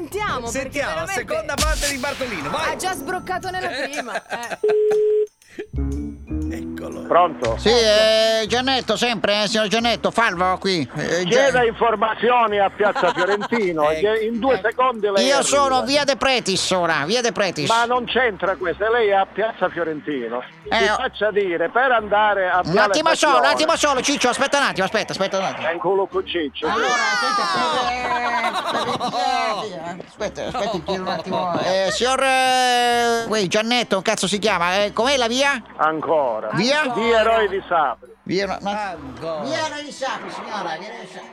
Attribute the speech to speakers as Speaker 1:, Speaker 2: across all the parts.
Speaker 1: sentiamo. perché
Speaker 2: Sentiamo,
Speaker 1: veramente
Speaker 2: seconda parte di Bartolino, vai!
Speaker 1: Ha già sbroccato nella prima. eh.
Speaker 2: Eccolo.
Speaker 3: Pronto?
Speaker 4: Sì, eh, Giannetto sempre, eh, signor Giannetto, Falvo qui. Eh,
Speaker 3: Chieda informazioni a Piazza Fiorentino,
Speaker 2: Ecco.
Speaker 3: che in due secondi lei
Speaker 4: eh, Io
Speaker 3: arriva.
Speaker 4: sono via De Pretis ora, via De Pretis.
Speaker 3: Ma non c'entra questo, lei è a Piazza Fiorentino.
Speaker 4: Eh,
Speaker 3: Mi
Speaker 4: oh.
Speaker 3: faccia dire, per andare a
Speaker 4: Un
Speaker 3: Piazza
Speaker 4: attimo solo, un attimo solo, Ciccio, aspetta un attimo, aspetta, aspetta un attimo.
Speaker 3: in culo cuciccio.
Speaker 4: eh, Aspetta, aspetta, giro un attimo. Eh, signor eh, quel Giannetto, un cazzo si chiama? Eh, com'è la via?
Speaker 3: Ancora.
Speaker 4: Via?
Speaker 3: Di eroi di Sapri.
Speaker 4: Via, no, no.
Speaker 2: Ancora.
Speaker 4: Via di Sapri, signora, via di Sapri.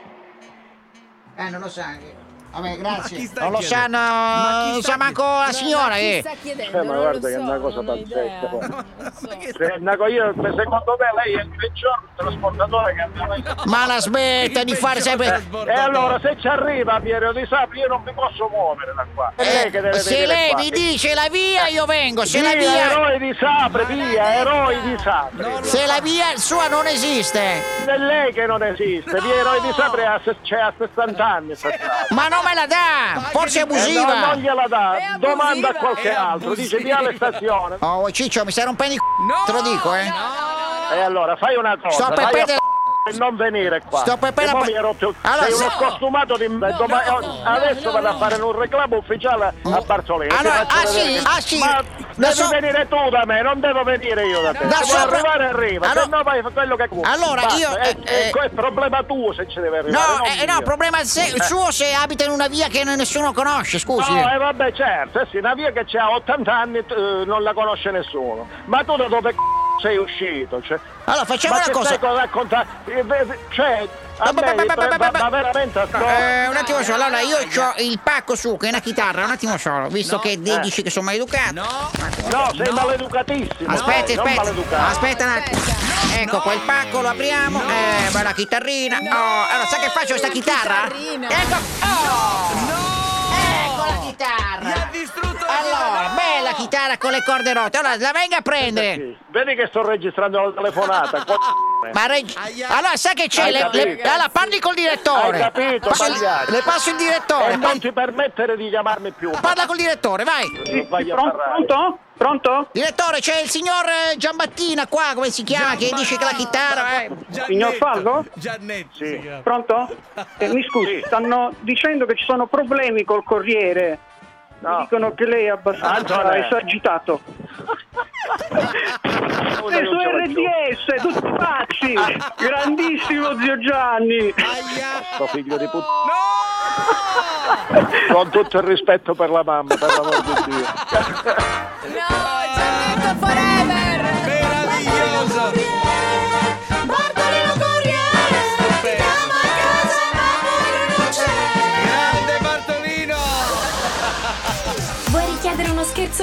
Speaker 4: Eh, non lo sa. eh. Vabbè,
Speaker 2: Ma chi
Speaker 4: grazie.
Speaker 2: sta
Speaker 4: Non lo
Speaker 2: chiedendo? Ma chi
Speaker 4: sanno, non
Speaker 2: sta
Speaker 4: sa manco la
Speaker 1: Ma
Speaker 4: signora,
Speaker 1: chi
Speaker 4: eh.
Speaker 1: sta chiedendo?
Speaker 3: Eh, ma
Speaker 1: Non
Speaker 3: guarda
Speaker 1: lo
Speaker 3: che è
Speaker 1: so,
Speaker 3: una cosa
Speaker 1: non ho idea.
Speaker 3: pazzesca, poi.
Speaker 1: Non so.
Speaker 3: Se- Naco, io, secondo me lei è il peggior trasportatore che abbiamo mai visto.
Speaker 4: Ma la smetta di fare sempre...
Speaker 3: E allora se ci arriva Piero di Sapri io non mi posso muovere da qua. È lei che deve
Speaker 4: se
Speaker 3: venire
Speaker 4: lei
Speaker 3: qua.
Speaker 4: mi dice la via, io vengo. Se
Speaker 3: via,
Speaker 4: la via,
Speaker 3: eroi di Sapri, via, eroi di Sapri.
Speaker 2: No, no.
Speaker 4: se la via sua non esiste,
Speaker 3: È lei che non esiste, via eroi di Sapri ha se- c'è a 60 anni. sta strada.
Speaker 4: ma non me la dà. Forse è
Speaker 3: Eh, no, non
Speaker 4: abusiva.
Speaker 3: gliela
Speaker 1: È
Speaker 3: dà,
Speaker 1: abusiva.
Speaker 3: domanda a qualche
Speaker 2: È
Speaker 3: altro, dice
Speaker 2: abusiva.
Speaker 3: viale stazione.
Speaker 4: Oh, Ciccio, mi stai rompendo i c***o.
Speaker 2: No,
Speaker 4: Te lo dico, eh.
Speaker 3: E allora fai una cosa,
Speaker 4: Sto per
Speaker 3: vai a
Speaker 4: perdere.
Speaker 3: e non venire qua.
Speaker 4: Sto per- per-
Speaker 3: E poi mi ero più-
Speaker 4: Allora,
Speaker 3: sei
Speaker 4: se-
Speaker 3: uno scostumato di me. Doma-
Speaker 1: no,
Speaker 3: eh,
Speaker 1: no,
Speaker 3: adesso
Speaker 1: no,
Speaker 3: vado
Speaker 1: no.
Speaker 3: a fare un reclamo ufficiale a Barzolini. Ti
Speaker 4: Allora,
Speaker 3: faccio
Speaker 4: ah,
Speaker 3: vedere
Speaker 4: sì,
Speaker 3: che-
Speaker 4: ah, sì.
Speaker 3: Ma
Speaker 4: Da
Speaker 3: devi
Speaker 4: so-
Speaker 3: venire tu da me, non devo venire io da te.
Speaker 4: Da
Speaker 3: se vuoi
Speaker 4: sopra-
Speaker 3: arrivare arriva, se
Speaker 4: Allora-
Speaker 3: no vai quello che vuoi.
Speaker 4: Allora,
Speaker 3: Basta,
Speaker 4: io-
Speaker 3: È, è-
Speaker 4: eh,
Speaker 3: è problema tuo se ci deve arrivare.
Speaker 4: No,
Speaker 3: non
Speaker 4: eh, no,
Speaker 3: mio.
Speaker 4: problema se- suo se abita in una via che nessuno conosce, scusi.
Speaker 3: No, eh, vabbè, certo, eh sì, una via che c'ha 80 anni eh, non la conosce nessuno. Ma tu da dove c***o sei uscito? Cioè,
Speaker 4: Allora, facciamo
Speaker 3: ma
Speaker 4: Ah, una
Speaker 3: che
Speaker 4: cosa.
Speaker 3: stai con- raccontare? Eh, ve- ve- Cioè, a
Speaker 4: Ba- ba-
Speaker 3: me,
Speaker 4: ba- ba- ba-
Speaker 3: ma-
Speaker 4: ba-
Speaker 3: ma veramente a
Speaker 4: Eh, un attimo solo, allora io ho il pacco su che è una chitarra, un attimo solo, visto
Speaker 2: No.
Speaker 4: che
Speaker 3: Eh.
Speaker 4: di- dici che sono maleducato.
Speaker 2: No,
Speaker 3: No, sei maleducatissimo.
Speaker 4: Aspetta,
Speaker 3: sei, non
Speaker 4: aspetta,
Speaker 3: maleducato.
Speaker 4: aspetta un attimo. Ecco,
Speaker 2: No.
Speaker 4: quel pacco lo apriamo. Eh, bella chitarrina. Oh, allora, sai che faccio questa chitarra?
Speaker 1: chitarrina.
Speaker 4: Ecco, oh,
Speaker 2: no!
Speaker 4: ecco la chitarra.
Speaker 2: Mi ha distrutto la
Speaker 4: Allora,
Speaker 2: no!
Speaker 4: bella chitarra con le corde rotte. Allora, la venga a prendere.
Speaker 3: Sì. Vedi che sto registrando la telefonata. co-
Speaker 4: Ma reg-
Speaker 2: Aia.
Speaker 4: allora, sai che c'è?
Speaker 3: Hai
Speaker 4: Le,
Speaker 3: capito?
Speaker 4: le- allora, parli col direttore.
Speaker 3: Hai capito,
Speaker 4: Passo-
Speaker 3: sbagliato.
Speaker 4: le passo il
Speaker 3: E
Speaker 4: direttore.
Speaker 3: non
Speaker 4: par-
Speaker 3: ti permettere di chiamarmi più.
Speaker 4: eh, parla col direttore, vai.
Speaker 3: Non sbagli a
Speaker 5: Pronto?
Speaker 3: parlare.
Speaker 5: Pronto? Pronto?
Speaker 4: Direttore, c'è il signor eh, Giambattina qua, come si chiama? Che dice che la chitarra. eh.
Speaker 2: Giannetto.
Speaker 5: Signor Falco?
Speaker 2: Giannetto.
Speaker 3: Sì.
Speaker 2: si chiama.
Speaker 5: Pronto? Eh, mi scusi,
Speaker 3: Sì.
Speaker 5: stanno dicendo che ci sono problemi col Corriere.
Speaker 3: No.
Speaker 5: Mi dicono che lei è abbastanza
Speaker 3: Antonella.
Speaker 5: esagitato.
Speaker 3: Scusa,
Speaker 5: E su
Speaker 3: non ce l'ho più.
Speaker 5: RDS, tutti pazzi! Grandissimo zio Gianni!
Speaker 2: Aia.
Speaker 3: Sto figlio di puttana.
Speaker 2: No!
Speaker 3: Con tutto il rispetto per la mamma, per l'amor di Dio.
Speaker 1: No, Giannetto Forever!
Speaker 2: Meraviglioso!
Speaker 1: Bartolino Corriere!
Speaker 2: Stupendo.
Speaker 1: Chiama a casa, ma poi non c'è!
Speaker 2: Grande Bartolino!
Speaker 6: Vuoi richiedere uno scherzo